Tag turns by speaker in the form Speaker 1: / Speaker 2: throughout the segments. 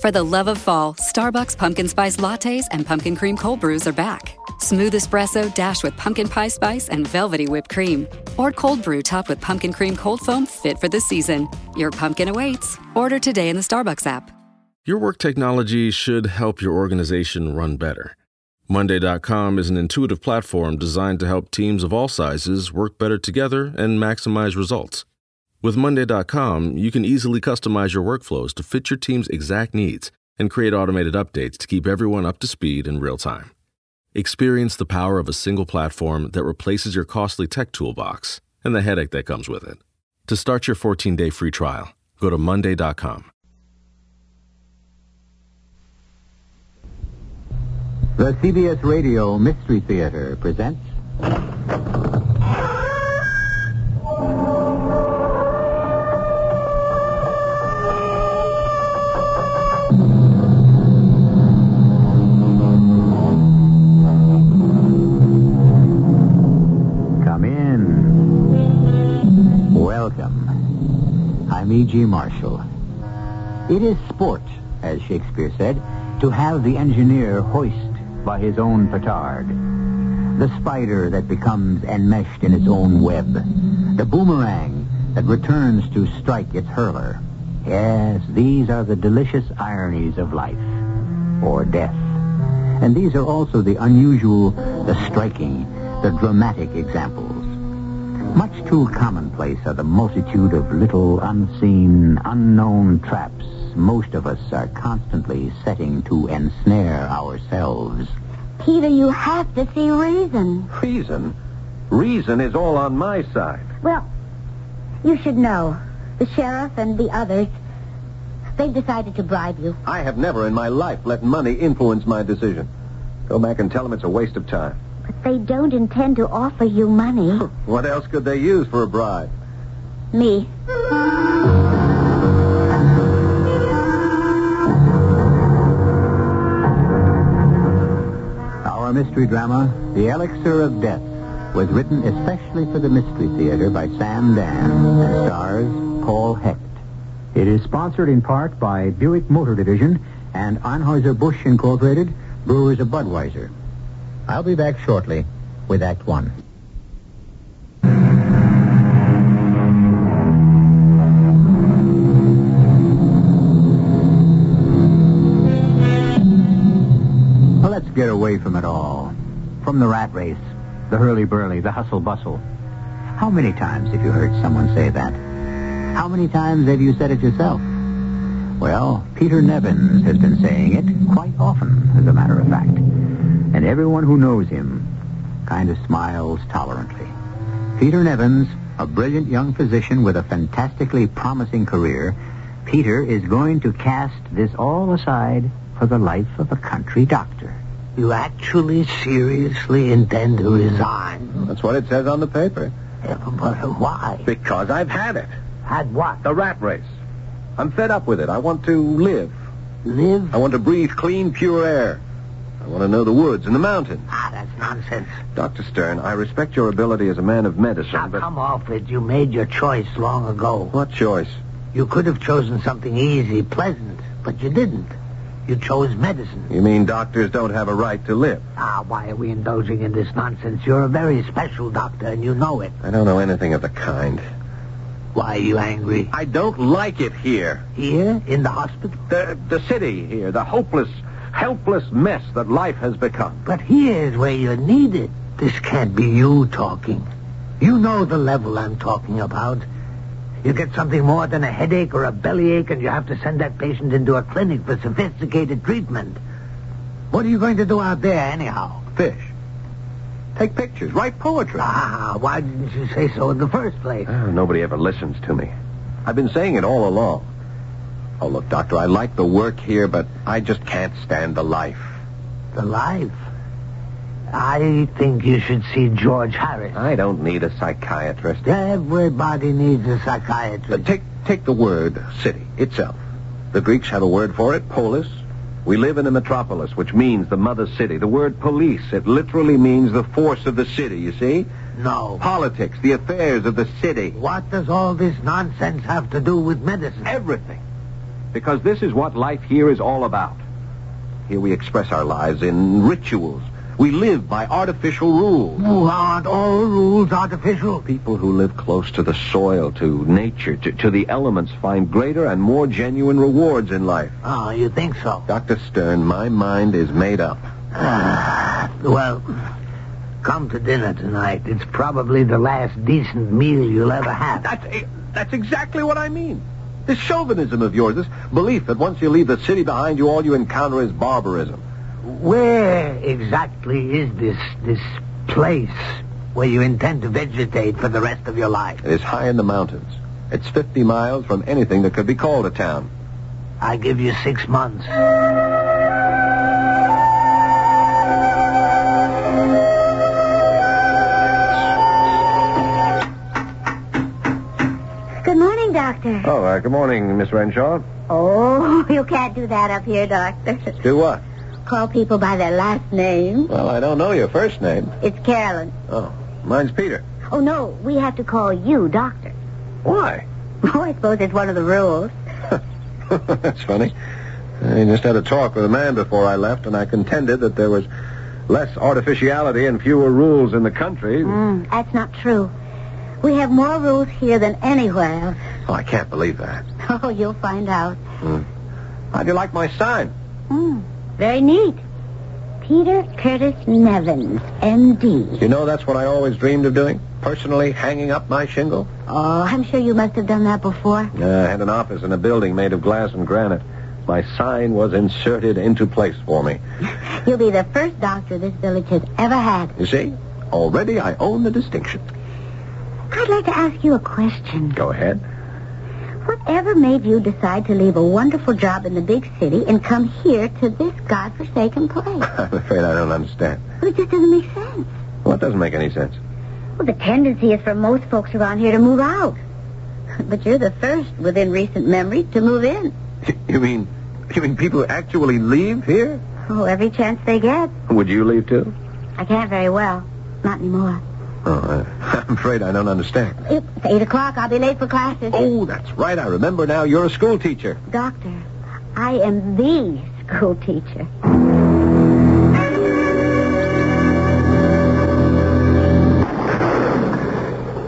Speaker 1: For the love of fall, Starbucks pumpkin spice lattes and pumpkin cream cold brews are back. Smooth espresso dashed with pumpkin pie spice and velvety whipped cream. Or cold brew topped with pumpkin cream cold foam fit for the season. Your pumpkin awaits. Order today in the Starbucks app.
Speaker 2: Your work technology should help your organization run better. Monday.com is an intuitive platform designed to help teams of all sizes work better together and maximize results. With Monday.com, you can easily customize your workflows to fit your team's exact needs and create automated updates to keep everyone up to speed in real time. Experience the power of a single platform that replaces your costly tech toolbox and the headache that comes with it. To start your 14 day free trial, go to Monday.com.
Speaker 3: The CBS Radio Mystery Theater presents. Come in. Welcome. I'm E.G. Marshall. It is sport, as Shakespeare said, to have the engineer hoist by his own petard. The spider that becomes enmeshed in its own web. The boomerang that returns to strike its hurler. Yes, these are the delicious ironies of life or death. And these are also the unusual, the striking, the dramatic examples. Much too commonplace are the multitude of little unseen, unknown traps most of us are constantly setting to ensnare ourselves.
Speaker 4: Peter, you have to see reason.
Speaker 5: Reason? Reason is all on my side.
Speaker 4: Well, you should know. The sheriff and the others, they've decided to bribe you.
Speaker 5: I have never in my life let money influence my decision. Go back and tell them it's a waste of time.
Speaker 4: But they don't intend to offer you money.
Speaker 5: What else could they use for a bribe?
Speaker 4: Me.
Speaker 3: Our mystery drama, The Elixir of Death, was written especially for the Mystery Theater by Sam Dan and stars Paul Hecht. It is sponsored in part by Buick Motor Division and Anheuser-Busch Incorporated, Brewers of Budweiser. I'll be back shortly with Act One. Well, let's get away from it all. From the rat race, the hurly-burly, the hustle-bustle. How many times have you heard someone say that? How many times have you said it yourself? Well, Peter Nevins has been saying it quite often, as a matter of fact. And everyone who knows him kind of smiles tolerantly. Peter Nevins, a brilliant young physician with a fantastically promising career, Peter is going to cast this all aside for the life of a country doctor.
Speaker 6: You actually seriously intend to resign?
Speaker 5: That's what it says on the paper.
Speaker 6: Yeah, But why?
Speaker 5: Because I've had it.
Speaker 6: Had what?
Speaker 5: The rat race. I'm fed up with it. I want to live.
Speaker 6: Live?
Speaker 5: I want to breathe clean, pure air. I want to know the woods and the mountains.
Speaker 6: Ah, that's nonsense.
Speaker 5: Dr. Stern, I respect your ability as a man of medicine,
Speaker 6: Now,
Speaker 5: but...
Speaker 6: come off it. You made your choice long ago.
Speaker 5: What choice?
Speaker 6: You could have chosen something easy, pleasant, but you didn't. You chose medicine.
Speaker 5: You mean doctors don't have a right to live?
Speaker 6: Ah, why are we indulging in this nonsense? You're a very special doctor, and you know it.
Speaker 5: I don't know anything of the kind.
Speaker 6: Why are you angry?
Speaker 5: I don't like it here.
Speaker 6: Here? In the hospital?
Speaker 5: The, the city here, the hopeless, helpless mess that life has become.
Speaker 6: But here's where you're needed. This can't be you talking. You know the level I'm talking about. You get something more than a headache or a bellyache, and you have to send that patient into a clinic for sophisticated treatment. What are you going to do out there, anyhow?
Speaker 5: Fish. Take pictures, write poetry.
Speaker 6: Ah, why didn't you say so in the first place?
Speaker 5: Oh, nobody ever listens to me. I've been saying it all along. Oh, look, Doctor, I like the work here, but I just can't stand the life.
Speaker 6: The life. I think you should see George Harris.
Speaker 5: I don't need a psychiatrist.
Speaker 6: Everybody needs a
Speaker 5: Uh,
Speaker 6: psychiatrist.
Speaker 5: take, take the word city itself. The Greeks have a word for it, polis. We live in a metropolis, which means the mother city. The word police, it literally means the force of the city, you see?
Speaker 6: No.
Speaker 5: Politics, the affairs of the city,
Speaker 6: What does all this nonsense have to do with medicine?
Speaker 5: everything.
Speaker 3: Because this is what life here is all about. Here we express our lives in rituals. We live by artificial rules.
Speaker 6: Ooh, aren't all rules artificial?
Speaker 3: People who live close to the soil, to nature, to, to the elements find greater and more genuine rewards in life.
Speaker 6: Oh, you think so?
Speaker 3: Dr. Stern, my mind is made up.
Speaker 6: Well, come to dinner tonight. It's probably the last decent meal you'll ever have.
Speaker 3: That's, that's exactly what I mean. This chauvinism of yours, this belief that once you leave the city behind you, all you encounter is barbarism.
Speaker 6: Where exactly is this this place where you intend to vegetate for the rest of your life?
Speaker 3: It is high in the mountains. It's 50 miles from anything that could be called a town.
Speaker 6: I give you six months.
Speaker 7: Good morning, Doctor.
Speaker 3: Oh, uh, good morning, Miss Renshaw.
Speaker 7: Oh, you can't do that up here, Doctor.
Speaker 3: Do what?
Speaker 7: Call people by their last name.
Speaker 3: Well, I don't know your first name.
Speaker 7: It's Carolyn.
Speaker 3: Oh, mine's Peter.
Speaker 7: Oh, no, we have to call you Doctor.
Speaker 3: Why?
Speaker 7: Oh, I suppose it's one of the rules.
Speaker 3: That's funny. I just had a talk with a man before I left, and I contended that there was less artificiality and fewer rules in the country.
Speaker 7: Mm, that's not true. We have more rules here than anywhere else.
Speaker 3: Oh, I can't believe that.
Speaker 7: Oh, you'll find out.
Speaker 3: How'd you like my sign?
Speaker 7: Mm, very neat. Peter Curtis Nevins, M.D.
Speaker 3: You know that's what I always dreamed of doing? Personally hanging up my shingle?
Speaker 7: Oh, I'm sure you must have done that before.
Speaker 3: Uh, I had an office in a building made of glass and granite. My sign was inserted into place for me.
Speaker 7: You'll be the first doctor this village has ever had.
Speaker 3: You see? Already I own the distinction.
Speaker 7: I'd like to ask you a question.
Speaker 3: Go ahead.
Speaker 7: Whatever made you decide to leave a wonderful job in the big city and come here to this godforsaken place?
Speaker 3: I'm afraid I don't understand.
Speaker 7: Well, it just doesn't make sense.
Speaker 3: Well, it doesn't make any sense.
Speaker 7: Well, the tendency is for most folks around here to move out. But you're the first within recent memory to move in.
Speaker 3: You mean, you mean people actually leave here?
Speaker 7: Oh, every chance they get.
Speaker 3: Would you leave too?
Speaker 7: I can't very well. Not anymore.
Speaker 3: Oh, I, I'm afraid I don't understand.
Speaker 7: It's eight o'clock. I'll be late for classes.
Speaker 3: Oh, that's right. I remember now. You're a school teacher.
Speaker 7: Doctor, I am the school teacher.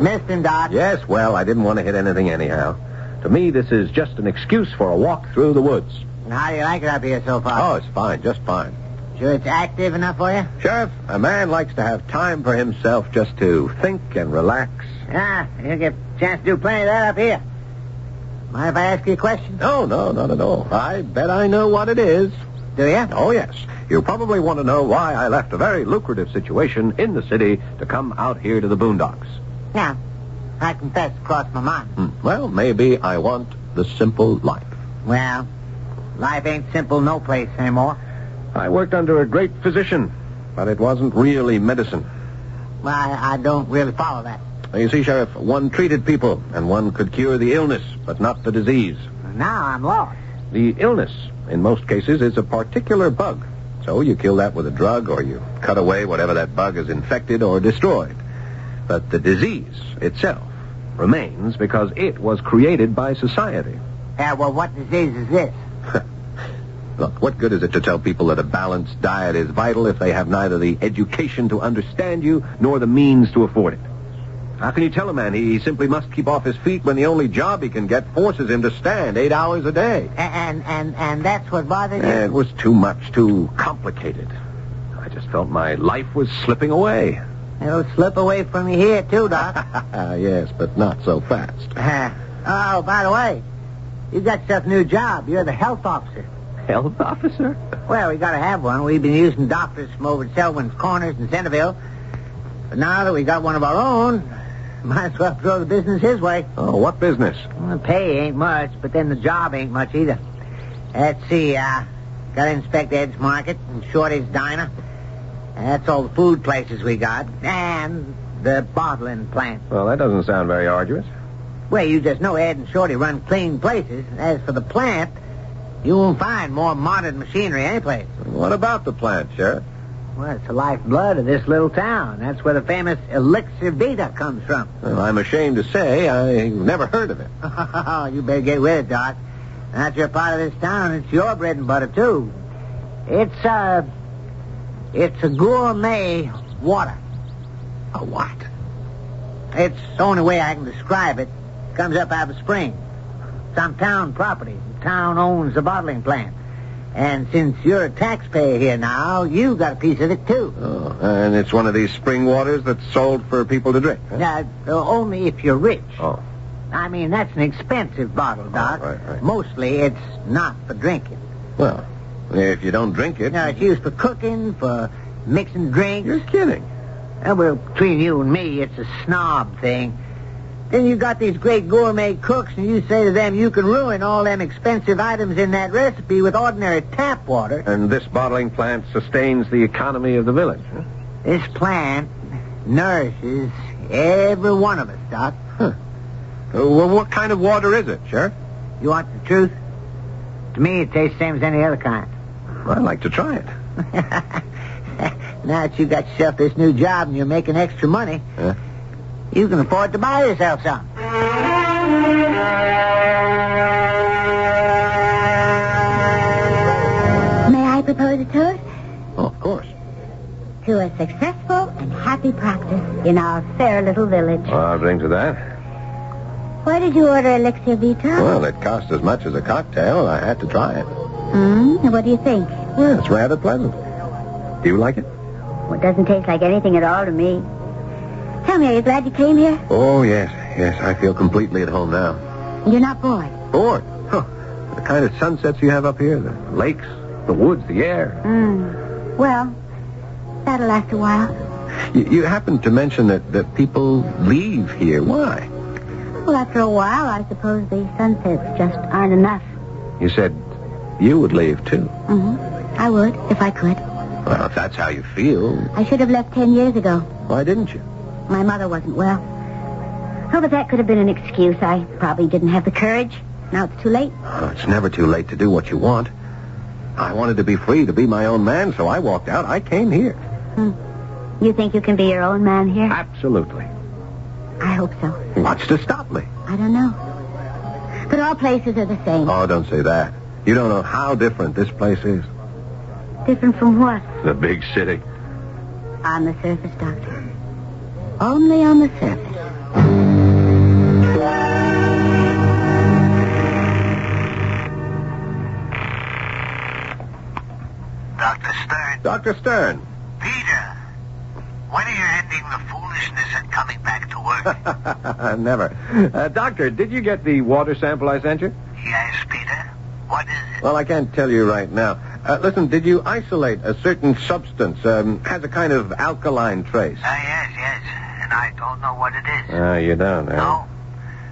Speaker 6: Missing, Doc.
Speaker 3: Yes, well, I didn't want to hit anything anyhow. To me, this is just an excuse for a walk through the woods.
Speaker 6: How do you like it up here so
Speaker 3: Oh,
Speaker 6: far?
Speaker 3: it's fine, just fine.
Speaker 6: Sure it's active enough for you?
Speaker 3: Sheriff, a man likes to have time for himself just to think and relax.
Speaker 6: Yeah, you'll get a chance to do plenty of that up here. Mind if I ask you a question?
Speaker 3: No, no, not at all. I bet I know what it is.
Speaker 6: Do you?
Speaker 3: Oh, yes. You probably want to know why I left a very lucrative situation in the city to come out here to the boondocks.
Speaker 6: Yeah. I confess, it crossed my mind.
Speaker 3: Hmm. Well, maybe I want the simple life.
Speaker 6: Well, life ain't simple no place anymore.
Speaker 3: I worked under a great physician, but it wasn't really medicine.
Speaker 6: Well, I, I don't really follow that.
Speaker 3: Now, You see, Sheriff, one treated people, and one could cure the illness, but not the disease.
Speaker 6: Now I'm lost.
Speaker 3: The illness, in most cases, is a particular bug. So you kill that with a drug, or you cut away whatever that bug is infected or destroyed. But the disease itself remains because it was created by society.
Speaker 6: Yeah, well, what disease is this?
Speaker 3: Look, what good is it to tell people that a balanced diet is vital if they have neither the education to understand you nor the means to afford it? How can you tell a man he simply must keep off his feet when the only job he can get forces him to stand eight hours a day?
Speaker 6: A- And and and that's what bothers you?
Speaker 3: Eh, It was too much, too complicated. I just felt my life was slipping away. Ah,
Speaker 6: It'll slip away from you here, too, Doc.
Speaker 3: yes, but not so fast.
Speaker 6: oh, by the way, you got yourself a new job. You're the health officer.
Speaker 3: Health officer?
Speaker 6: Well, we gotta have one. We've been using doctors from over at Selwyn's Corners in Centerville. But now that we got one of our own, might as well throw the business his way.
Speaker 3: Oh, what business?
Speaker 6: Well, the pay ain't much, but then the job ain't much either. Let's see, uh, gotta inspect Ed's Market and Shorty's Diner. And that's all the food places we got. And the bottling plant.
Speaker 3: Well, that doesn't sound very arduous.
Speaker 6: Well, you just know Ed and Shorty run clean places. As for the plant, you won't find more modern machinery anyplace.
Speaker 3: What about the plant, Sheriff?
Speaker 6: Well, it's the lifeblood of this little town. That's where the famous Elixir Vita comes from.
Speaker 3: Well, I'm ashamed to say I've never heard of it.
Speaker 6: you better get with it, Doc. That's your part of this town. It's your bread and butter, too. It's a. It's a gourmet water. A what? It's the only way I can describe it. Comes up out of the spring. It's on town property. The town owns the bottling plant. And since you're a taxpayer here now, you got a piece of it, too.
Speaker 3: Oh, and it's one of these spring waters that's sold for people to drink. huh?
Speaker 6: Now, uh, only if you're rich.
Speaker 3: Oh.
Speaker 6: I mean, that's an expensive bottle, Doc.
Speaker 3: right, right.
Speaker 6: Mostly it's not for drinking.
Speaker 3: Well, if you don't drink it.
Speaker 6: Now, it's used for cooking, for mixing drinks.
Speaker 3: You're kidding.
Speaker 6: And well, between you and me, it's a snob thing. Then you got these great gourmet cooks, and you say to them, you can ruin all them expensive items in that recipe with ordinary tap water.
Speaker 3: And this bottling plant sustains the economy of the village. huh?
Speaker 6: This plant nourishes every one of us, Doc.
Speaker 3: Uh, well, what kind of water is it, Sheriff?
Speaker 6: You want the truth? To me, it tastes the same as any other kind.
Speaker 3: I'd like to try it.
Speaker 6: now that you got yourself this new job and you're making extra money,
Speaker 3: Huh?
Speaker 6: you can afford to buy yourself some.
Speaker 7: May I propose a toast?
Speaker 3: Oh, of course.
Speaker 7: To a successful and happy practice in our fair little village.
Speaker 3: Well, I'll drink to that.
Speaker 7: Why did you order Elixir Vitae?
Speaker 3: Well, it cost as much as a cocktail. I had to try it.
Speaker 7: Hmm? What do you think?
Speaker 3: Well, it's rather pleasant. Do you like it?
Speaker 7: Well, it doesn't taste like anything at all to me. Tell me, are you glad you came here?
Speaker 3: Oh, yes, yes. I feel completely at home now.
Speaker 7: You're not bored.
Speaker 3: Bored? Huh. The kind of sunsets you have up here, the lakes, the woods, the air.
Speaker 7: Hmm. Well, that'll last a while.
Speaker 3: You, you happened to mention that, that people leave here. Why?
Speaker 7: Well, after a while, I suppose the sunsets just aren't enough.
Speaker 3: You said you would leave, too.
Speaker 7: hmm I would, if I could.
Speaker 3: Well, if that's how you feel,
Speaker 7: I should have left ten years ago.
Speaker 3: why didn't you?
Speaker 7: My mother wasn't well. Oh, but that could have been an excuse. I probably didn't have the courage. Now it's too late.
Speaker 3: Oh, it's never too late to do what you want. I wanted to be free, to be my own man, so I walked out. I came here.
Speaker 7: You think you can be your own man here?
Speaker 3: Absolutely.
Speaker 7: I hope so.
Speaker 3: What's to stop me?
Speaker 7: I don't know. But all places are the same.
Speaker 3: Oh, don't say that. You don't know how different this place is.
Speaker 7: Different from what?
Speaker 3: The big city.
Speaker 7: On the surface, Doctor. Only on the surface.
Speaker 6: Dr. Stern,
Speaker 3: Dr. Stern.
Speaker 6: Peter, when are you ending the foolishness and coming back to work?
Speaker 3: Never. Uh, doctor, did you get the water sample I sent you?
Speaker 6: yes, Peter. What is it?
Speaker 3: Well, I can't tell you right now. Uh, listen, did you isolate a certain substance? Um, has a kind of alkaline trace.
Speaker 6: Ah, yes, yes. And I don't know what it is.
Speaker 3: Ah, you don't, eh?
Speaker 6: No.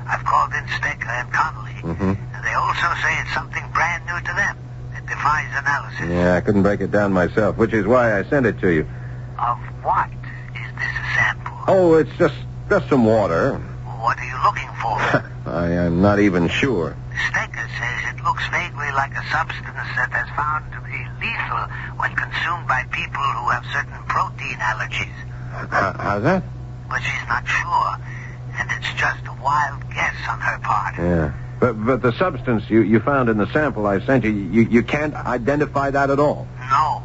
Speaker 6: I've called in Stecker and Connolly.
Speaker 3: Mhm.
Speaker 6: And they also say it's something brand new to them. It defies analysis.
Speaker 3: Yeah, I couldn't break it down myself, which is why I sent it to you.
Speaker 6: Of what is this a sample?
Speaker 3: Oh, it's just just some water.
Speaker 6: What are you looking for?
Speaker 3: I am not even sure.
Speaker 6: Stecker says it looks vaguely like a substance that is found to be lethal when consumed by people who have certain protein allergies.
Speaker 3: How, how's that?
Speaker 6: But she's not sure. And it's just a wild guess on her part.
Speaker 3: Yeah. But, but the substance you, you found in the sample I sent you, you, you can't identify that at all.
Speaker 6: No.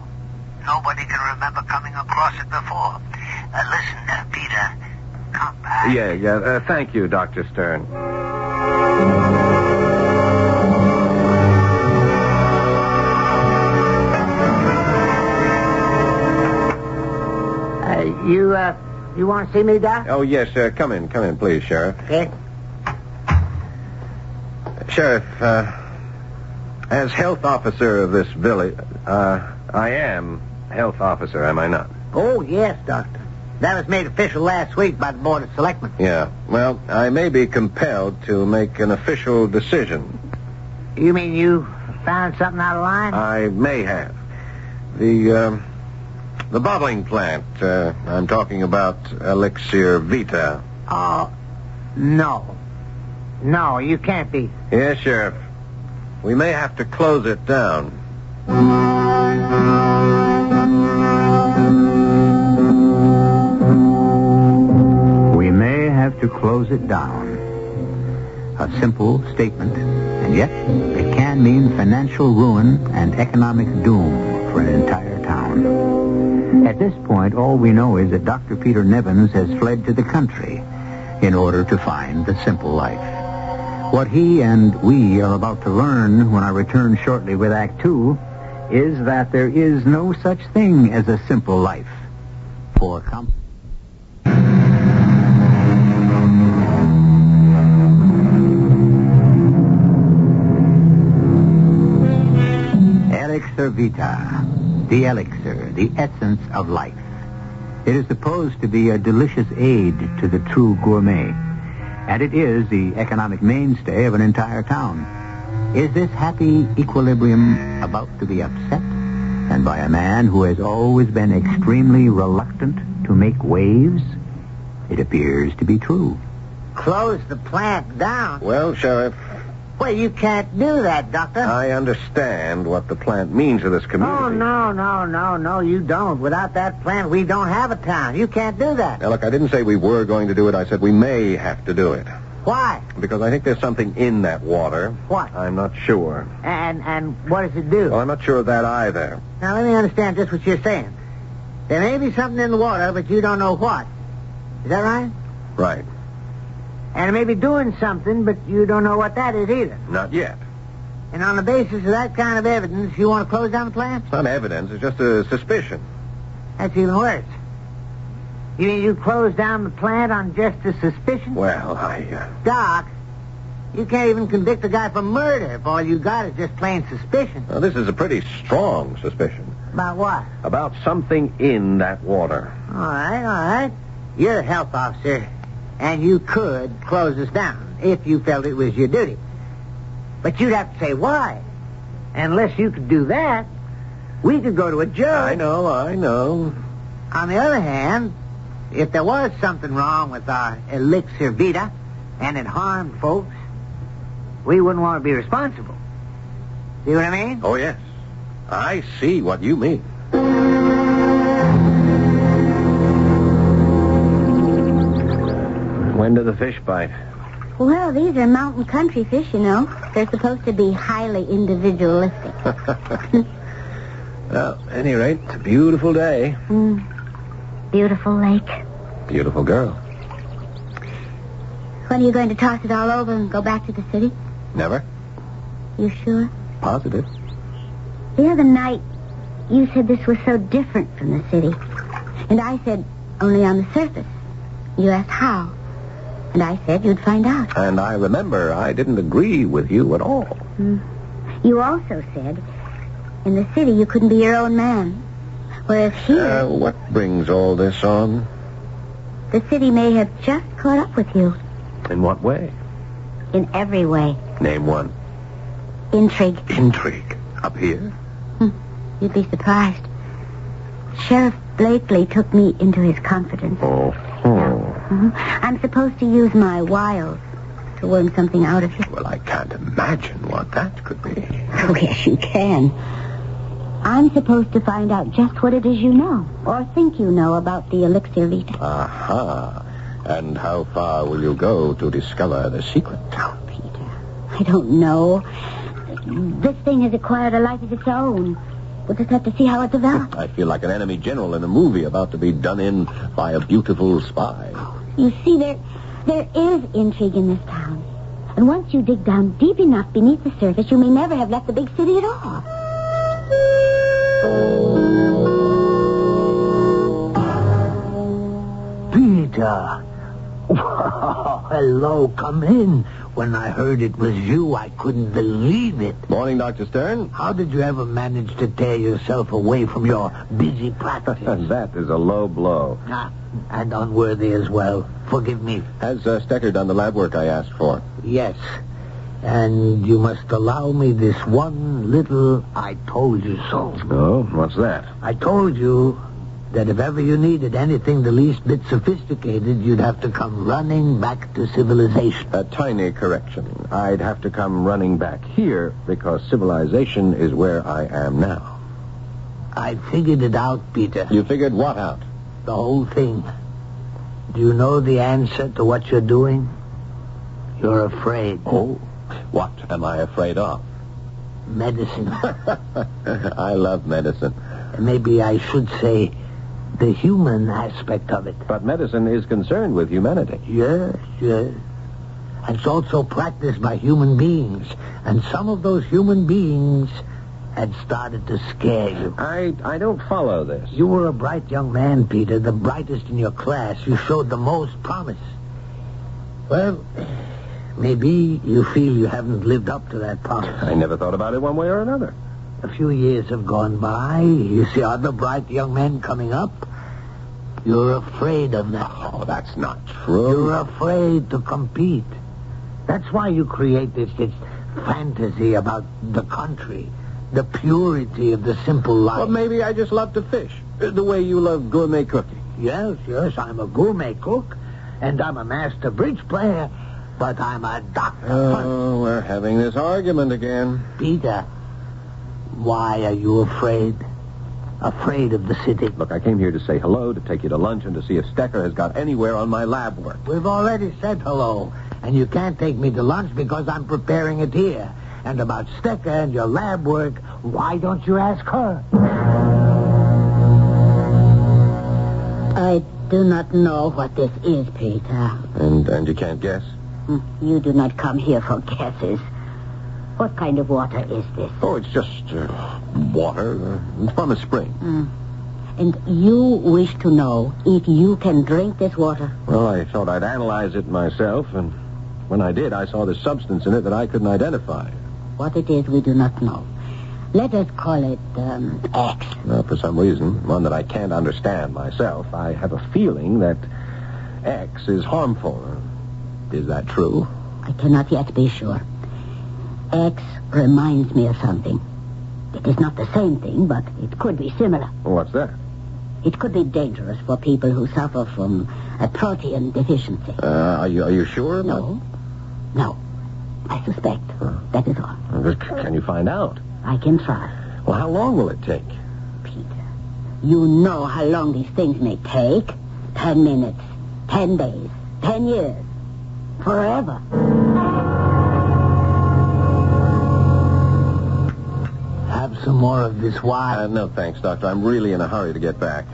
Speaker 6: Nobody can remember coming across it before. Uh, listen, uh, Peter, come back.
Speaker 3: Yeah, yeah. Uh, thank you, Dr. Stern.
Speaker 6: Uh, you, uh, you want to see me, Doc?
Speaker 3: Oh, yes, sir. Come in, come in, please, Sheriff.
Speaker 6: Okay.
Speaker 3: Sheriff, uh, as health officer of this village, uh, I am health officer, am I not?
Speaker 6: Oh, yes, Doctor. That was made official last week by the Board of Selectmen.
Speaker 3: Yeah. Well, I may be compelled to make an official decision.
Speaker 6: You mean you found something out of line?
Speaker 3: I may have. The, um, the bottling plant, uh, I'm talking about Elixir Vita.
Speaker 6: Oh, no. No, you can't be.
Speaker 3: Yes, Sheriff. We may have to close it down.
Speaker 8: We may have to close it down. A simple statement, and yet it can can mean financial ruin and economic doom for an entire town. At this point, all we know is that Dr. Peter Nevins has fled to the country in order to find the simple life. What he and we are about to learn when I return shortly with Act Two is that there is no such thing as a simple life for com- Elixir Vita, the elixir, the essence of life. It is supposed to be a delicious aid to the true gourmet, and it is the economic mainstay of an entire town. Is this happy equilibrium about to be upset? And by a man who has always been extremely reluctant to make waves? It appears to be true.
Speaker 6: Close the plant down?
Speaker 3: Well, Sheriff,
Speaker 6: Well, you can't do that, Doctor.
Speaker 3: I understand what the plant means to this community.
Speaker 6: Oh, no, no, no, no, you don't. Without that plant, we don't have a town. You can't do that.
Speaker 3: Now, look, I didn't say we were going to do it. I said we may have to do it.
Speaker 6: Why?
Speaker 3: Because I think there's something in that water.
Speaker 6: What?
Speaker 3: I'm not sure.
Speaker 6: And and what does it do?
Speaker 3: Well, I'm not sure of that either.
Speaker 6: Now, let me understand just what you're saying. There may be something in the water, but you don't know what. Is that right?
Speaker 3: Right.
Speaker 6: And it may be doing something, but you don't know what that is either.
Speaker 3: Not yet.
Speaker 6: And on the basis of that kind of evidence, you want to close down the plant?
Speaker 3: It's not evidence. It's just a suspicion.
Speaker 6: That's even worse. You mean you close down the plant on just a suspicion?
Speaker 3: Well, I... Uh,
Speaker 6: Doc, you can't even convict a guy for murder if all you got is just plain suspicion.
Speaker 3: now, this is a pretty strong suspicion
Speaker 6: About what?
Speaker 3: about something in that water.
Speaker 6: All right, all right. You're a health officer, and you could close us down if you felt it was your duty. But you'd have to say why. Unless you could do that, we could go to a judge.
Speaker 3: I know, I know.
Speaker 6: On the other hand, if there was something wrong with our elixir vita and it harmed folks, we wouldn't want to be responsible. See what I mean?
Speaker 3: Oh, yes. I see what you mean. When did the fish bite?
Speaker 7: Well, these are mountain country fish, you know. They're supposed to be highly individualistic.
Speaker 3: Well, at any rate, it's a beautiful day.
Speaker 7: Hmm. Beautiful lake.
Speaker 3: Beautiful girl.
Speaker 7: When are you going to toss it all over and go back to the city?
Speaker 3: Never?
Speaker 7: You sure?
Speaker 3: Positive.
Speaker 7: The other night, you said this was so different from the city. And I said, only on the surface. You asked how. And I said you'd find out.
Speaker 3: And I remember I didn't agree with you at all.
Speaker 7: Hmm. You also said, in the city, you couldn't be your own man. Whereas
Speaker 3: Uh,
Speaker 7: here,
Speaker 3: what brings all this on?
Speaker 7: the city may have just caught up with you
Speaker 3: In what way?
Speaker 7: in every way.
Speaker 3: Name one.
Speaker 7: Intrigue. Hmm.
Speaker 3: Intrigue. Up here?
Speaker 7: You'd be surprised. Sheriff Blakely took me into his confidence.
Speaker 3: Oh.
Speaker 7: Mhm. I'm supposed to use my wiles to worm something out of you.
Speaker 3: Well, I can't imagine what that could be.
Speaker 7: Oh, yes, you can. I'm supposed to find out just what it is you know, or think you know about the elixir vita.
Speaker 3: Aha. And how far will you go to discover the secret?
Speaker 7: Oh, Peter, I don't know. This thing has acquired a life of its own. We'll just have to see how it develops.
Speaker 3: I feel like an enemy general in a movie about to be done in by a beautiful spy.
Speaker 7: You see, there, there is intrigue in this town. And once you dig down deep enough beneath the surface, you may never have left the big city at all.
Speaker 6: Peter. hello, come in. When I heard it was you, I couldn't believe it.
Speaker 3: Morning, Dr. Stern.
Speaker 6: How did you ever manage to tear yourself away from your busy practice?
Speaker 3: that is a low blow.
Speaker 6: Ah, and unworthy as well. Forgive me.
Speaker 3: Has uh, Stecker done the lab work I asked for?
Speaker 6: Yes. And you must allow me this one little I told you so.
Speaker 3: No. What's that?
Speaker 6: I told you that if ever you needed anything the least bit sophisticated, you'd have to come running back to civilization.
Speaker 3: A tiny correction. I'd have to come running back here because civilization is where I am now.
Speaker 6: I figured it out, Peter.
Speaker 3: You figured what out?
Speaker 6: The whole thing. Do you know the answer to what you're doing? You're afraid.
Speaker 3: Oh, what am I afraid of?
Speaker 6: medicine.
Speaker 3: I love medicine.
Speaker 6: Maybe I should say the human aspect of it.
Speaker 3: But medicine is concerned with humanity.
Speaker 6: Yes, yes. It's also practiced by human beings. And some of those human beings had started to scare you.
Speaker 3: I, I don't follow this.
Speaker 6: You were a bright young man, Peter, the brightest in your class. You showed the most promise. Well, maybe you feel you haven't lived up to that promise.
Speaker 3: I never thought about it one way or another.
Speaker 6: A few years have gone by. You see other bright young men coming up. You're afraid of them.
Speaker 3: Oh, that's not
Speaker 6: You're
Speaker 3: true.
Speaker 6: afraid to compete. That's why you create this, this fantasy about the country, the purity of the simple life.
Speaker 3: Well, maybe I just love to fish, uh, the way you love gourmet cooking.
Speaker 6: Yes, yes, I'm a gourmet cook, and I'm a master bridge player, but I'm a doctor.
Speaker 3: Oh, we're having this argument again.
Speaker 6: Peter, why are you afraid? Afraid of the city?
Speaker 3: Look, I came here to say hello, to take you to lunch, and to see if Stecker has got anywhere on my lab work.
Speaker 6: We've already said hello, and you can't take me to lunch because I'm preparing it here. And about Stecker and your lab work, why don't you ask her?
Speaker 7: I do not know what this is, Peter.
Speaker 3: And and you can't guess?
Speaker 7: Hmm, You do not come here for guesses. What kind of water is this?
Speaker 3: Oh, it's just uh, water uh, from a spring.
Speaker 7: And you wish to know if you can drink this water?
Speaker 3: Well, I thought I'd analyze it myself, and when I did, I saw this substance in it that I couldn't identify.
Speaker 7: What it is, we do not know. Let us call it um, X.
Speaker 3: Now, Uh, for some reason, one that I can't understand myself, I have a feeling that X is harmful. Is that true?
Speaker 7: I cannot yet be sure. X reminds me of something. It is not the same thing, but it could be similar.
Speaker 3: What's that?
Speaker 7: It could be dangerous for people who suffer from a protein deficiency.
Speaker 3: Uh, are you are you sure?
Speaker 7: No. No. I suspect. That is all.
Speaker 3: Uh, But c- Can you find out?
Speaker 7: I can try.
Speaker 3: Well, how long will it take?
Speaker 7: Peter, you know how long these things may take. Ten minutes, ten days, ten years, forever.
Speaker 6: Have some more of this
Speaker 3: Uh,
Speaker 6: wine.
Speaker 3: no, thanks, Doctor. I'm really in a hurry to get back.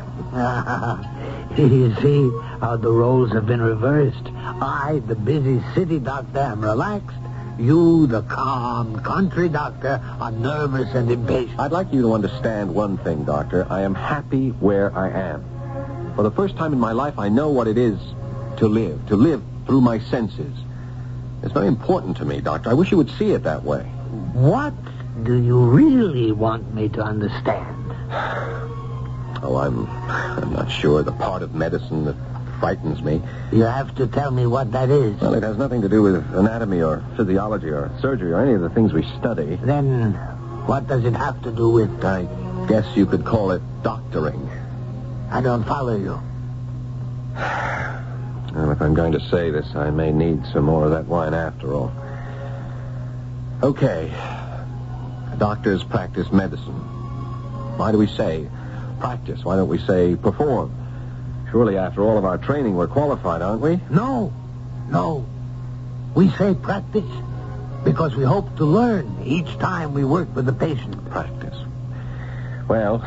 Speaker 6: you see how the roles have been reversed. I, the busy city doctor, am relaxed. You, the calm country doctor, are nervous and impatient.
Speaker 3: I'd like you to understand one thing, Doctor. I am happy where I am. For the first time in my life, I know what it is to live, to live through my senses. It's very important to me, Doctor. I wish you would see it that way.
Speaker 6: What do you really want me to understand?
Speaker 3: Oh, I'm, I'm not sure. The part of medicine that frightens me.
Speaker 6: You have to tell me what that is.
Speaker 3: Well, it has nothing to do with anatomy or physiology or surgery or any of the things we study.
Speaker 6: Then what does it have to do with... uh,
Speaker 3: I guess you could call it doctoring.
Speaker 6: I don't follow you.
Speaker 3: Well, if I'm going to say this, I may need some more of that wine after all. Okay. Doctors practice medicine. Why do we say practice? Why don't we say perform? Surely, after all of our training, we're qualified, aren't we?
Speaker 6: No, no. We say practice because we hope to learn each time we work with the patient.
Speaker 3: Practice. Well,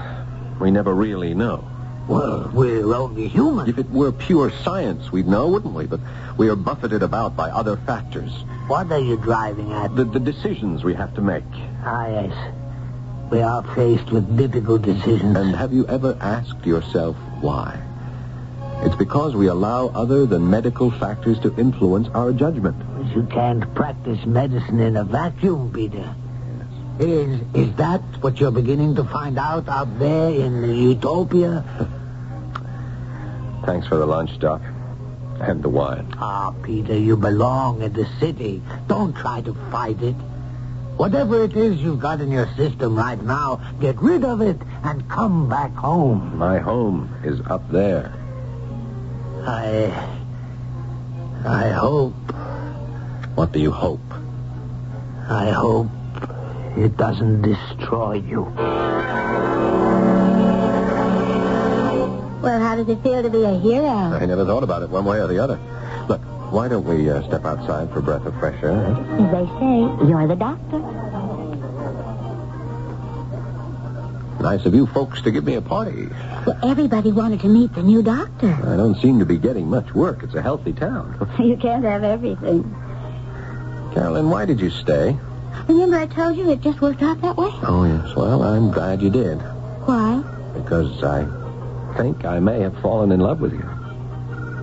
Speaker 3: we never really know.
Speaker 6: Well, we're only human.
Speaker 3: If it were pure science, we'd know, wouldn't we? But we are buffeted about by other factors.
Speaker 6: What are you driving at?
Speaker 3: The, the decisions we have to make.
Speaker 6: Ah, yes. We are faced with difficult decisions.
Speaker 3: And have you ever asked yourself why? It's because we allow other than medical factors to influence our judgment.
Speaker 6: You can't practice medicine in a vacuum, Peter. Is is that what you're beginning to find out out there in utopia?
Speaker 3: Thanks for the lunch, Doc. And the wine.
Speaker 6: Ah, Peter, you belong in the city. Don't try to fight it. Whatever it is you've got in your system right now, get rid of it and come back home.
Speaker 3: My home is up there.
Speaker 6: I I hope
Speaker 3: What do you hope?
Speaker 6: I hope it doesn't destroy you.
Speaker 7: Well, how does it feel to be a hero?
Speaker 3: I never thought about it one way or the other. Look, why don't we uh, step outside for a breath of fresh air?
Speaker 7: As they say, you're the doctor.
Speaker 3: Nice of you folks to give me a party.
Speaker 7: Well, everybody wanted to meet the new doctor.
Speaker 3: I don't seem to be getting much work. It's a healthy town.
Speaker 7: You can't have everything.
Speaker 3: Carolyn, why did you stay?
Speaker 7: Remember I told you it just worked out that way?
Speaker 3: Oh, yes. Well, I'm glad you did.
Speaker 7: Why?
Speaker 3: Because I think I may have fallen in love with you.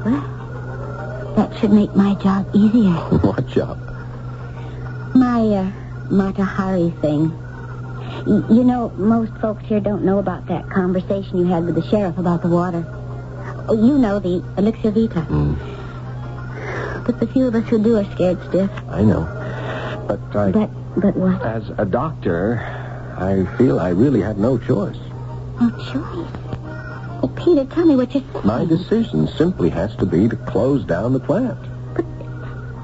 Speaker 7: Well, that should make my job easier.
Speaker 3: what job?
Speaker 7: My, uh, Matahari thing. Y- you know, most folks here don't know about that conversation you had with the sheriff about the water. Oh, you know the elixir vita. But the few of us who do are scared stiff.
Speaker 3: I know. But I,
Speaker 7: But, but what?
Speaker 3: as a doctor, I feel I really had no choice.
Speaker 7: No choice. Oh, Peter, tell me what you think.
Speaker 3: My decision simply has to be to close down the plant.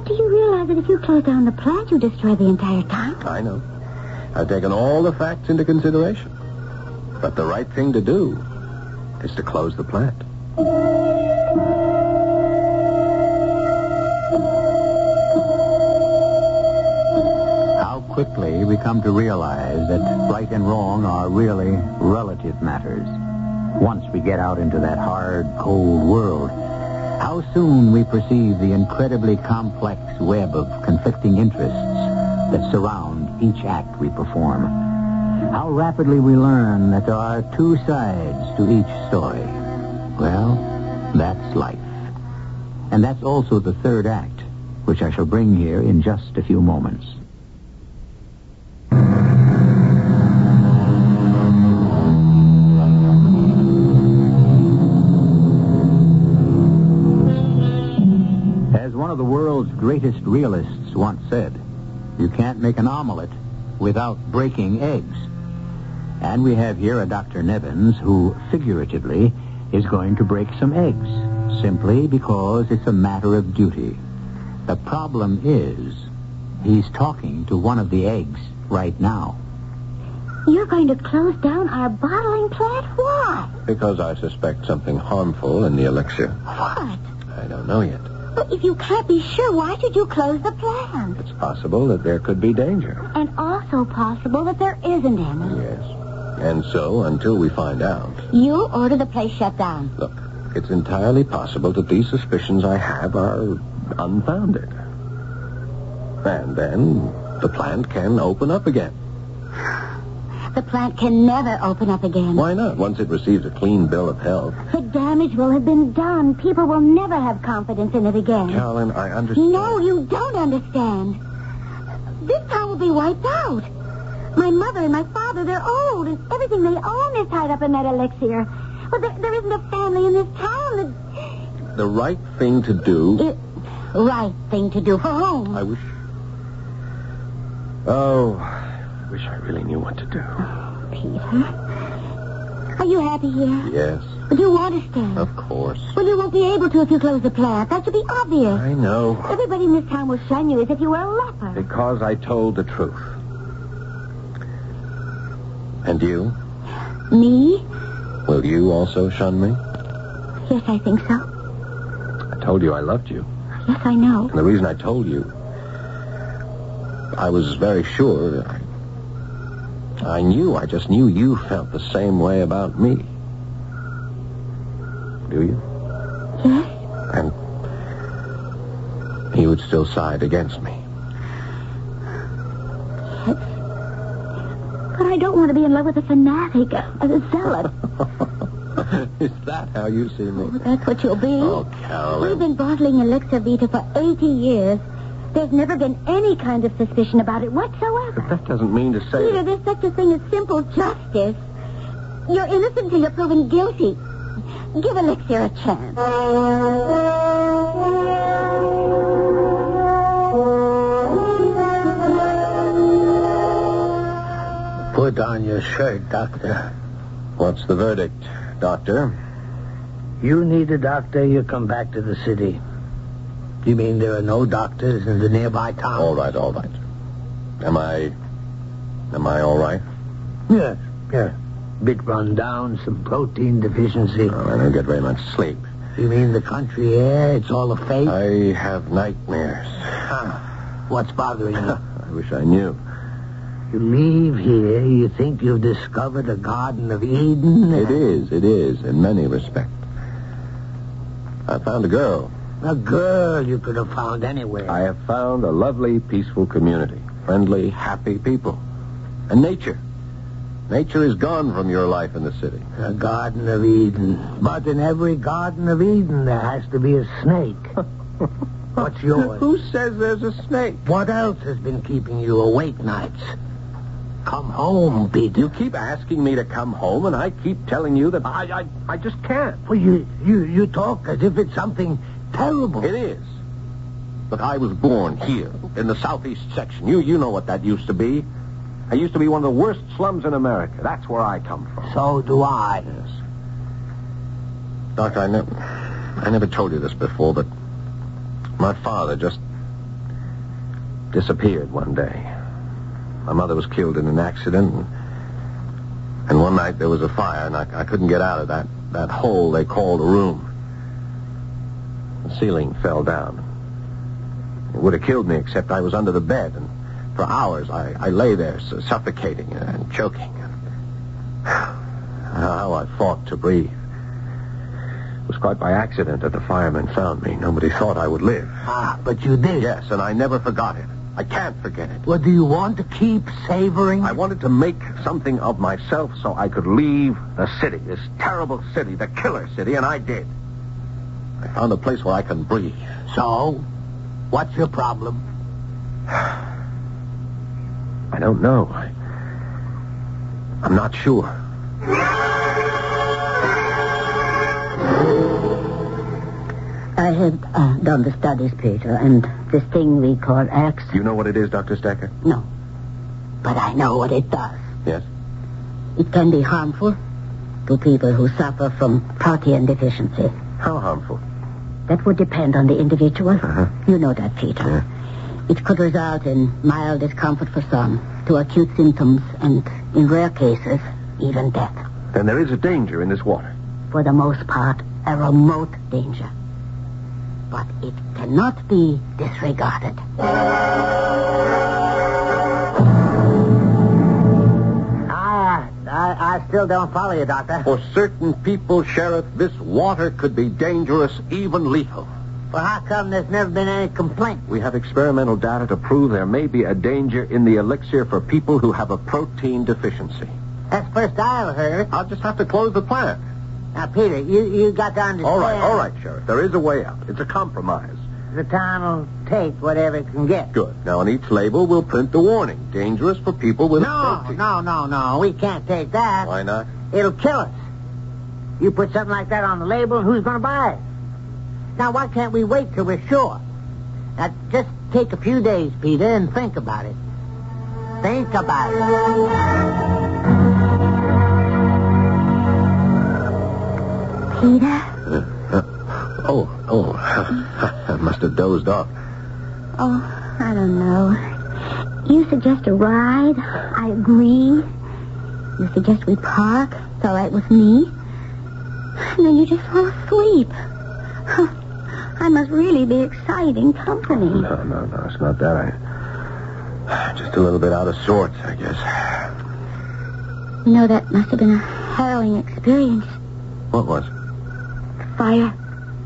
Speaker 7: Do you realize that if you close down the plant, you destroy the entire town?
Speaker 3: I know. I've taken all the facts into consideration. But the right thing to do is to close the plant.
Speaker 6: How quickly we come to realize that right and wrong are really relative matters. Once we get out into that hard, cold world, how soon we perceive the incredibly complex web of conflicting interests that surround each act we perform. How rapidly we learn that there are two sides to each story. Well, that's life. And that's also the third act, which I shall bring here in just a few moments. As one of the world's greatest realists once said, you can't make an omelet without breaking eggs. And we have here a Dr. Nevins who, figuratively, is going to break some eggs simply because it's a matter of duty. The problem is, he's talking to one of the eggs right now.
Speaker 7: You're going to close down our bottling plant? Why?
Speaker 3: Because I suspect something harmful in the elixir.
Speaker 7: What?
Speaker 3: I don't know yet.
Speaker 7: Well, if you can't be sure, why should you close the plant?
Speaker 3: It's possible that there could be danger.
Speaker 7: And also possible that there isn't any.
Speaker 3: Yes. And so, until we find out,
Speaker 7: You order the place shut down.
Speaker 3: look, it's entirely possible that these suspicions I have are unfounded. And then the plant can open up again.
Speaker 7: The plant can never open up again.
Speaker 3: Why not? Once it receives a clean bill of health.
Speaker 7: The damage will have been done. People will never have confidence in it again.
Speaker 3: Carolyn, I understand.
Speaker 7: No, you don't understand. This town will be wiped out. My mother and my father, they're old, and everything they own is tied up in that elixir. But there, there isn't a family in this town
Speaker 3: The right thing to do.
Speaker 7: that... It, right thing to do for whom?
Speaker 3: I wish. Oh, I wish I really knew what to do.
Speaker 7: Peter? Are you happy here?
Speaker 3: Yes,
Speaker 7: Do you want to stay?
Speaker 3: of course.
Speaker 7: Well, you won't be able to if you close the plant. That should be obvious.
Speaker 3: I know.
Speaker 7: Everybody in this town will shun you as if you were a leper.
Speaker 3: Because I told the truth. And you?
Speaker 7: Me?
Speaker 3: Will you also shun me?
Speaker 7: Yes, I think so.
Speaker 3: I told you I loved you.
Speaker 7: Yes, I know.
Speaker 3: And the reason I told you, I was very sure. I, I knew, I just knew you felt the same way about me. Do you?
Speaker 7: Yes?
Speaker 3: And he would still side against me.
Speaker 7: Yes. But I don't want to be in love with a fanatic, a, a zealot.
Speaker 3: Is that how you see
Speaker 7: Well,
Speaker 3: me?
Speaker 7: that's what you'll be.
Speaker 3: Oh,
Speaker 7: We've
Speaker 3: Carolyn.
Speaker 7: been bottling Elixir Vita for 80 years. There's never been any kind of suspicion about it whatsoever.
Speaker 3: That doesn't mean to say.
Speaker 7: Peter, there's such a thing as simple justice. You're innocent until you're proven guilty. Give Elixir a chance.
Speaker 9: Put on your shirt, Doctor.
Speaker 3: What's the verdict, Doctor?
Speaker 9: You need a doctor, you come back to the city. You mean there are no doctors in the nearby town?
Speaker 3: All right, all right. Am I. Am I all right?
Speaker 9: Yes, yes. Bit run down, some protein deficiency.
Speaker 3: Well, I don't get very much sleep.
Speaker 9: You mean the country air? It's all a fake?
Speaker 3: I have nightmares.
Speaker 9: What's bothering you?
Speaker 3: I wish I knew.
Speaker 6: You leave here, you think you've discovered a Garden of Eden?
Speaker 3: It is, it is, in many respects. I found a girl.
Speaker 6: A girl you could have found anywhere.
Speaker 3: I have found a lovely, peaceful community. Friendly, happy people. And nature. Nature is gone from your life in the city.
Speaker 6: A Garden of Eden. But in every Garden of Eden, there has to be a snake. What's yours?
Speaker 3: Who says there's a snake?
Speaker 6: What else has been keeping you awake nights? Come home, Peter.
Speaker 3: You keep asking me to come home, and I keep telling you that I, I, I just can't.
Speaker 6: Well, you, you, you talk as if it's something terrible.
Speaker 3: It is. But I was born here, in the southeast section. You, you know what that used to be. It used to be one of the worst slums in America. That's where I come from.
Speaker 6: So do I.
Speaker 3: Doctor, I never, I never told you this before, but my father just disappeared one day. My mother was killed in an accident, and, and one night there was a fire, and I, I couldn't get out of that, that hole they called a room. The ceiling fell down. It would have killed me, except I was under the bed, and for hours I, I lay there su- suffocating and choking. How I fought to breathe. It was quite by accident that the firemen found me. Nobody thought I would live.
Speaker 6: Ah, but you did.
Speaker 3: Yes, and I never forgot it. I can't forget it.
Speaker 6: Well, do you want to keep savoring?
Speaker 3: I wanted to make something of myself so I could leave the city, this terrible city, the killer city, and I did. I found a place where I can breathe.
Speaker 6: So, what's your problem?
Speaker 3: I don't know. I, I'm not sure.
Speaker 7: I have uh, done the studies, Peter, and this thing we call X.
Speaker 3: You know what it is, Dr. Stacker?
Speaker 7: No. But I know what it does.
Speaker 3: Yes?
Speaker 7: It can be harmful to people who suffer from protein deficiency.
Speaker 3: How harmful?
Speaker 7: That would depend on the individual.
Speaker 3: Uh-huh.
Speaker 7: You know that, Peter. It could result in mild discomfort for some, to acute symptoms, and in rare cases, even death.
Speaker 3: Then there is a danger in this water.
Speaker 7: For the most part, a remote danger. But it cannot be disregarded.
Speaker 6: Ah, I, I still don't follow you, Doctor.
Speaker 3: For certain people, Sheriff, this water could be dangerous, even lethal.
Speaker 6: Well, how come there's never been any complaint?
Speaker 3: We have experimental data to prove there may be a danger in the elixir for people who have a protein deficiency.
Speaker 6: That's first I ever heard of it.
Speaker 3: I'll just have to close the plant.
Speaker 6: Now, Peter, you, you got to understand.
Speaker 3: All right, all right, Sheriff. There is a way out. It's a compromise.
Speaker 6: The town will take whatever it can get.
Speaker 3: Good. Now, on each label, we'll print the warning. Dangerous for people with a
Speaker 6: No,
Speaker 3: protein.
Speaker 6: no, no, no. We can't take that.
Speaker 3: Why not?
Speaker 6: It'll kill us. You put something like that on the label, who's going to buy it? Now, why can't we wait till we're sure? Now, just take a few days, Peter, and think about it. Think about it.
Speaker 7: Peter?
Speaker 3: Oh, oh. I must have dozed off.
Speaker 7: Oh, I don't know. You suggest a ride. I agree. You suggest we park. It's all right with me. And then you just fall asleep. Huh. I must really be exciting company.
Speaker 3: No, no, no. It's not that. I. Just a little bit out of sorts, I guess.
Speaker 7: You know, that must have been a harrowing experience.
Speaker 3: What was?
Speaker 7: Fire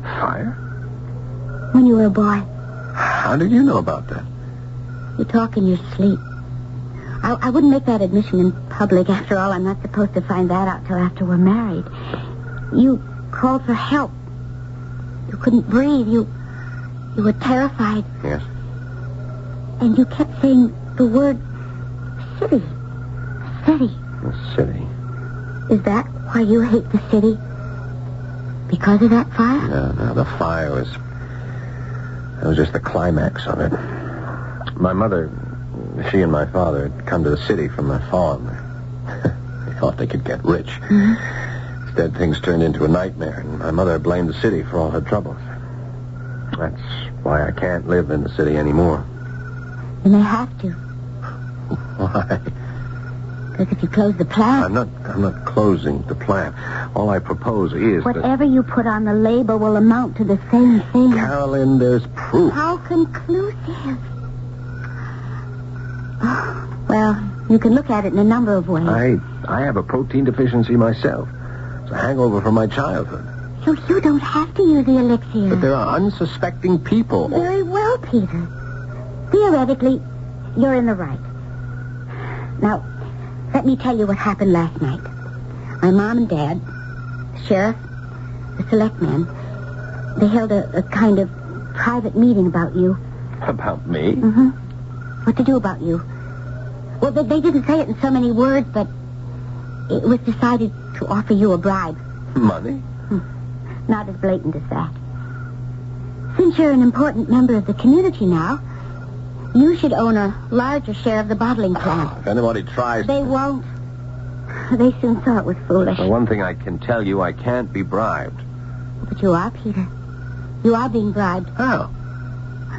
Speaker 3: Fire?
Speaker 7: when you were a boy.
Speaker 3: How did you know about that?
Speaker 7: You talk in your sleep. I, I wouldn't make that admission in public. After all, I'm not supposed to find that out till after we're married. You called for help. You couldn't breathe. You you were terrified,
Speaker 3: Yes.
Speaker 7: and you kept saying the word city. City.
Speaker 3: The city.
Speaker 7: Is that why you hate the city? Because of that fire?
Speaker 3: No, no, the fire was. That was just the climax of it. My mother, she and my father had come to the city from the farm. they thought they could get rich. Instead, things turned into a nightmare, and my mother blamed the city for all her troubles. That's why I can't live in the city anymore.
Speaker 7: You may have to,
Speaker 3: Why?
Speaker 7: because if you close the plant,
Speaker 3: I'm not. I'm not closing the plant. All I propose is that
Speaker 7: whatever you put on the label will amount to the same thing.
Speaker 3: Carolyn, there's proof.
Speaker 7: How conclusive. Well, You can look at it in a number of ways.
Speaker 3: I, I have a protein deficiency myself. It's a hangover from my childhood.
Speaker 7: So you don't have to use the elixir.
Speaker 3: But there are unsuspecting people.
Speaker 7: Very well, Peter. Theoretically, you're in the right. Now, let me tell you what happened last night. My mom and dad, the sheriff, the selectman, they held a, a kind of private meeting about you.
Speaker 3: About me?
Speaker 7: Mm-hmm. What to do about you. Well, they, they didn't say it in so many words, but it was decided to offer you a bribe.
Speaker 3: Money?
Speaker 7: Not as blatant as that. Since you're an important member of the community now, you should own a larger share of the bottling plant.
Speaker 3: If anybody tries...
Speaker 7: They won't. They soon saw it was foolish.
Speaker 3: The one thing I can tell you, I can't be bribed.
Speaker 7: But you are, Peter. You are being bribed
Speaker 3: How?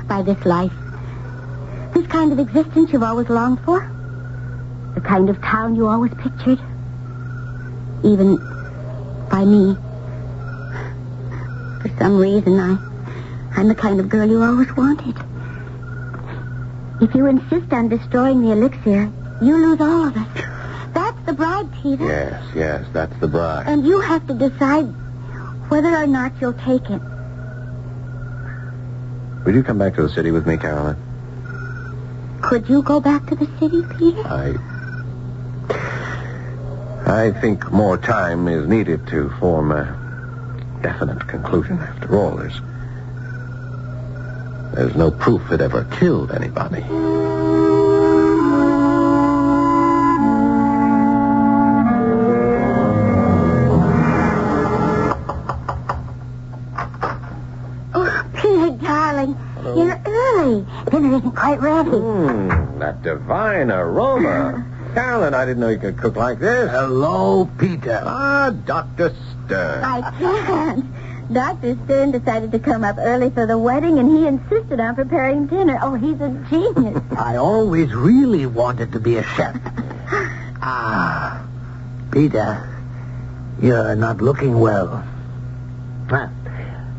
Speaker 7: by this life. This kind of existence you've always longed for. The kind of town you always pictured. Even by me. For some reason, I, I'm the kind of girl you always wanted. If you insist on destroying the elixir, you lose all of us. That's the bribe, Peter.
Speaker 3: Yes, yes, that's the bribe.
Speaker 7: And you have to decide whether or not you'll take it.
Speaker 3: Will you come back to the city with me, Caroline?
Speaker 7: Could you go back to the city, Peter?
Speaker 3: I... I think more time is needed to form a definite conclusion. After all, there's... There's no proof it ever killed anybody.
Speaker 7: Oh, Peter, darling, you're early. Dinner isn't quite ready.
Speaker 3: Mmm, that divine aroma. Carolyn, I didn't know you could cook like this.
Speaker 6: Hello, Peter.
Speaker 3: Ah, Dr. Stern.
Speaker 7: I can't. Dr. Stern decided to come up early for the wedding, and he insisted on preparing dinner. Oh, he's a genius.
Speaker 6: I always really wanted to be a chef. Ah, Peter, you're not looking well. Huh.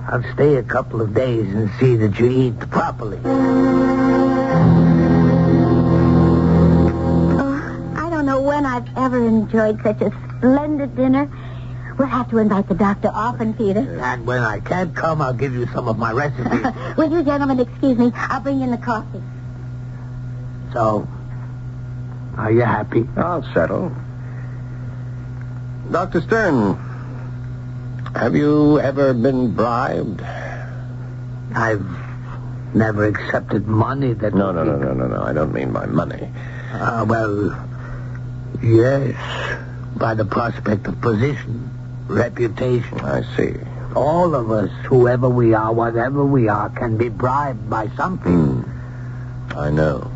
Speaker 6: I'll stay a couple of days and see that you eat properly.
Speaker 7: oh, I don't know when I've ever enjoyed such a splendid dinner. We'll have to invite the doctor often, Peter.
Speaker 6: And when I can't come, I'll give you some of my recipes.
Speaker 7: Will you gentlemen excuse me? I'll bring in the coffee.
Speaker 6: so, are you happy?
Speaker 3: I'll settle. Dr. Stern, have you ever been bribed?
Speaker 6: I've never accepted money that...
Speaker 3: No, no, no, no, no, no. I don't mean by money.
Speaker 6: Uh, well, yes, by the prospect of position, reputation.
Speaker 3: I see.
Speaker 6: All of us, whoever we are, whatever we are, can be bribed by something.
Speaker 3: Hmm. I know.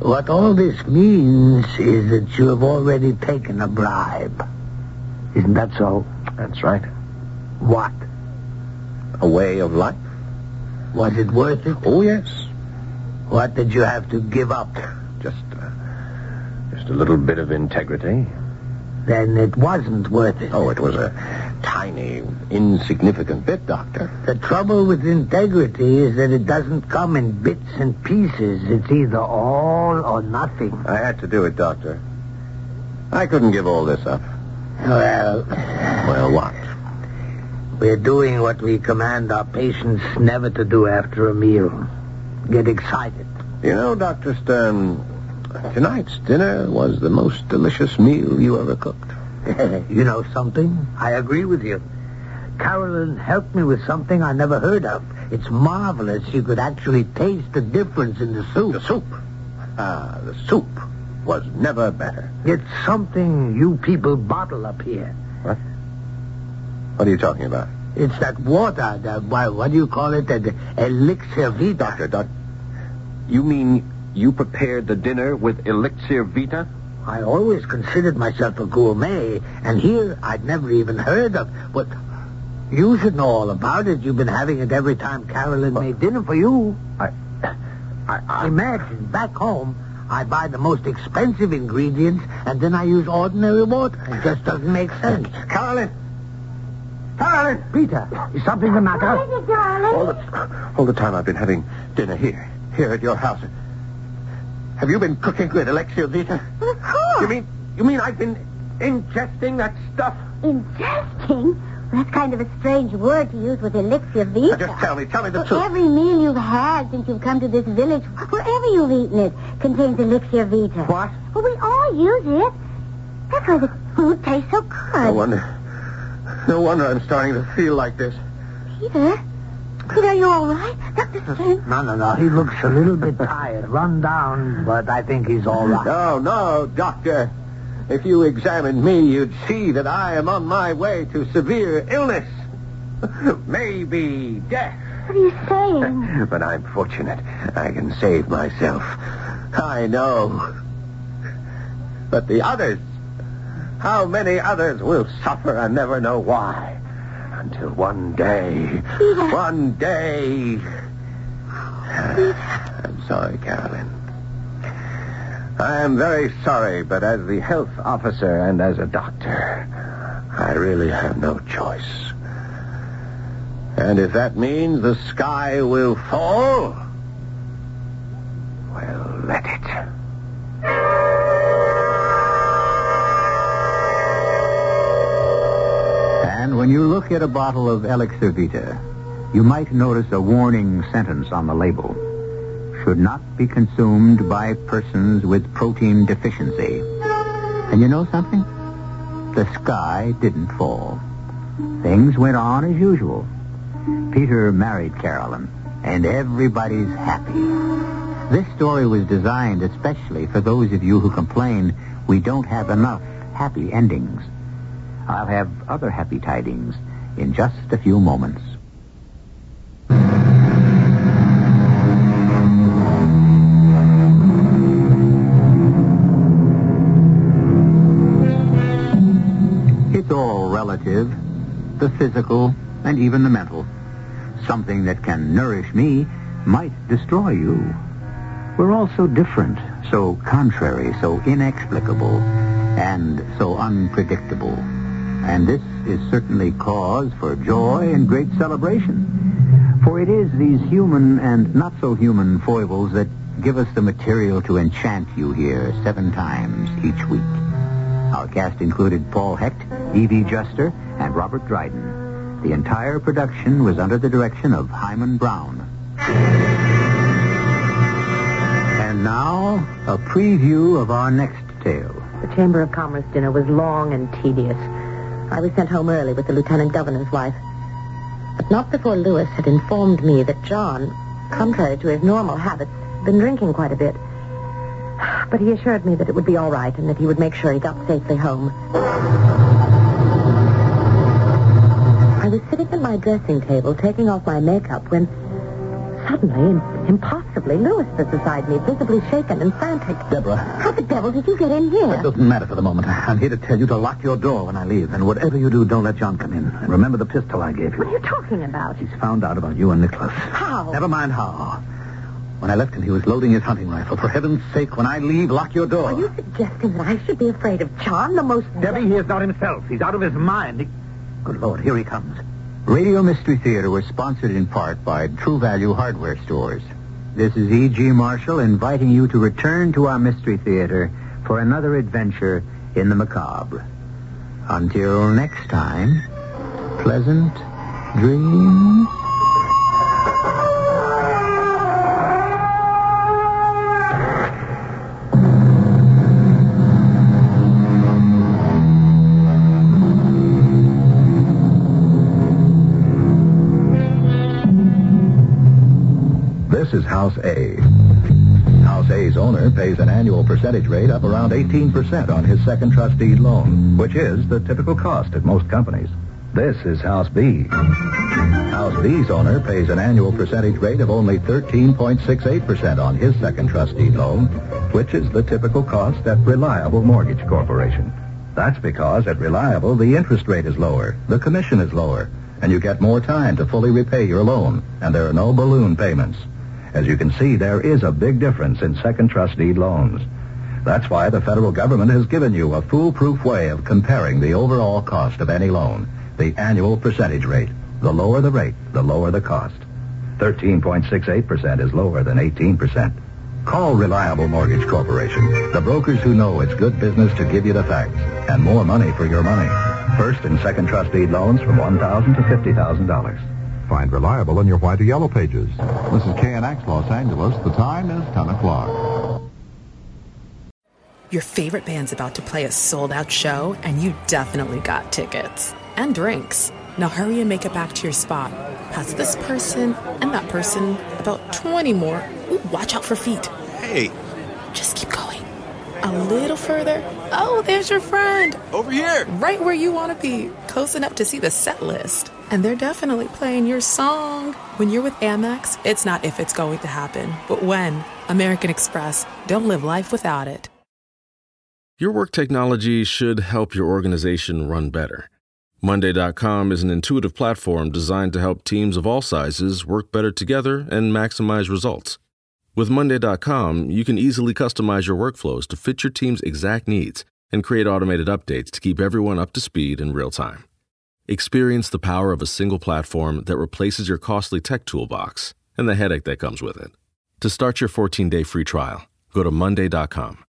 Speaker 6: What all this means is that you have already taken a bribe. Isn't that so?
Speaker 3: That's right.
Speaker 6: What?
Speaker 3: A way of life?
Speaker 6: Was it worth it?
Speaker 3: Oh, yes.
Speaker 6: What did you have to give up?
Speaker 3: Just, uh, just a little bit of integrity.
Speaker 6: Then it wasn't worth it.
Speaker 3: Oh, it was a tiny, insignificant bit, Doctor.
Speaker 6: The trouble with integrity is that it doesn't come in bits and pieces. It's either all or nothing.
Speaker 3: I had to do it, Doctor. I couldn't give all this up.
Speaker 6: Well,
Speaker 3: Well, what?
Speaker 6: we're doing what we command our patients never to do after a meal. Get excited.
Speaker 3: You know, Dr. Stern, tonight's dinner was the most delicious meal you ever cooked.
Speaker 6: you know something? I agree with you. Carolyn helped me with something I never heard of. It's marvelous you could actually taste the difference in the soup.
Speaker 3: The soup. Ah, the soup was never better.
Speaker 6: It's something you people bottle up here.
Speaker 3: What? What are you talking about?
Speaker 6: It's that water, that, why, what do you call it, that elixir vitae.
Speaker 3: Doctor, doc, you mean you prepared the dinner with elixir vita?
Speaker 6: I always considered myself a gourmet, and here I'd never even heard of. But you should know all about it. You've been having it every time Carolyn made dinner for you.
Speaker 3: I, I, I,
Speaker 6: Imagine, back home, I buy the most expensive ingredients, and then I use ordinary water. It just doesn't make sense. Carolyn! Carolyn! Peter, is something the matter?
Speaker 7: Peter, darling.
Speaker 3: all the all the time I've been having dinner here, here at your house. Have you been cooking good, Alexia Vita?
Speaker 10: Of
Speaker 6: Ah.
Speaker 10: course.
Speaker 3: You mean you mean I've been ingesting that stuff?
Speaker 10: Ingesting? That's kind of a strange word to use with elixir vita.
Speaker 3: Now just tell me, tell
Speaker 7: Uh,
Speaker 3: me the
Speaker 10: Well,
Speaker 3: truth.
Speaker 10: Every meal you've had since you've come to this village, wherever you've eaten it, contains elixir vita.
Speaker 3: What?
Speaker 10: Well, we all use it. That's why the food tastes so good.
Speaker 3: No wonder. No wonder I'm starting to feel like this.
Speaker 10: Peter? Peter, are you all right? Dr. Strange?
Speaker 11: No, no, no. He looks a little bit tired, run down, but I think he's all right.
Speaker 3: No, no, doctor. If you examined me, you'd see that I am on my way to severe illness. Maybe death.
Speaker 10: What are you saying?
Speaker 3: But I'm fortunate. I can save myself. I know. But the others, how many others will suffer and never know why? Until one day, one day. I'm sorry, Carolyn. I am very sorry, but as the health officer and as a doctor, I really have no choice. And if that means the sky will fall, well, let it.
Speaker 6: And when you look at a bottle of Elixir Vita, you might notice a warning sentence on the label. Should not be consumed by persons with protein deficiency. And you know something? The sky didn't fall. Things went on as usual. Peter married Carolyn, and everybody's happy. This story was designed especially for those of you who complain we don't have enough happy endings. I'll have other happy tidings in just a few moments. It's all relative, the physical and even the mental. Something that can nourish me might destroy you. We're all so different, so contrary, so inexplicable, and so unpredictable. And this is certainly cause for joy and great celebration. For it is these human and not so human foibles that give us the material to enchant you here seven times each week. Our cast included Paul Hecht, Evie Juster, and Robert Dryden. The entire production was under the direction of Hyman Brown. And now, a preview of our next tale.
Speaker 7: The Chamber of Commerce dinner was long and tedious. I was sent home early with the Lieutenant Governor's wife. But not before Lewis had informed me that John, contrary to his normal habits, had been drinking quite a bit. But he assured me that it would be all right and that he would make sure he got safely home. I was sitting at my dressing table taking off my makeup when suddenly and impossibly Lewis was beside me, visibly shaken and frantic.
Speaker 6: Deborah,
Speaker 7: How the devil did you get in here?
Speaker 6: it doesn't matter for the moment. I'm here to tell you to lock your door when I leave. And whatever you do, don't let John come in. And remember the pistol I gave
Speaker 7: What are
Speaker 6: you.
Speaker 7: you talking about?
Speaker 6: He's found out about you and Nicholas.
Speaker 7: How?
Speaker 6: Never mind how. When I left him, he was loading his hunting rifle. For heaven's sake, when I leave, lock your door.
Speaker 7: Are you suggesting that I should be afraid of John, the most...
Speaker 11: Debbie, he is not himself. He's out of his mind. He- Good Lord, here he comes.
Speaker 6: Radio Mystery Theater was sponsored in part by True Value Hardware Stores. This is E.G. Marshall inviting you to return to our Mystery Theater for another adventure in the macabre. Until next time, pleasant dreams.
Speaker 3: This is House A. House A's owner pays an annual percentage rate up around 18% on his second trust deed loan, which is the typical cost at most companies. This is House B. House B's owner pays an annual percentage rate of only 13.68% on his second trust deed loan, which is the typical cost at Reliable Mortgage Corporation. That's because at Reliable, the interest rate is lower, the commission is lower, and you get more time to fully repay your loan, and there are no balloon payments. As you can see, there is a big difference in second trust deed loans. That's why the federal government has given you a foolproof way of comparing the overall cost of any loan, the annual percentage rate. The lower the rate, the lower the cost. 13.68% is lower than 18%. Call Reliable Mortgage Corporation, the brokers who know it's good business to give you the facts and more money for your money. First and second trust deed loans from $1,000 to $50,000. Find Reliable in your white or yellow pages. This is KNX Los Angeles. The time is 10 o'clock.
Speaker 12: Your favorite band's about to play a sold out show, and you definitely got tickets and drinks. Now hurry and make it back to your spot. Pass this person and that person, about 20 more. Ooh, watch out for feet.
Speaker 13: Hey,
Speaker 12: Just keep going. A little further. Oh, there's your friend.
Speaker 13: over here.
Speaker 12: Right where you want to be, close enough to see the set list. And they're definitely playing your song. When you're with Amex, it's not if it's going to happen, but when. American Express. Don't live life without it.
Speaker 2: Your work technology should help your organization run better. Monday.com is an intuitive platform designed to help teams of all sizes work better together and maximize results. With Monday.com, you can easily customize your workflows to fit your team's exact needs and create automated updates to keep everyone up to speed in real time. Experience the power of a single platform that replaces your costly tech toolbox and the headache that comes with it. To start your 14 day free trial, go to Monday.com.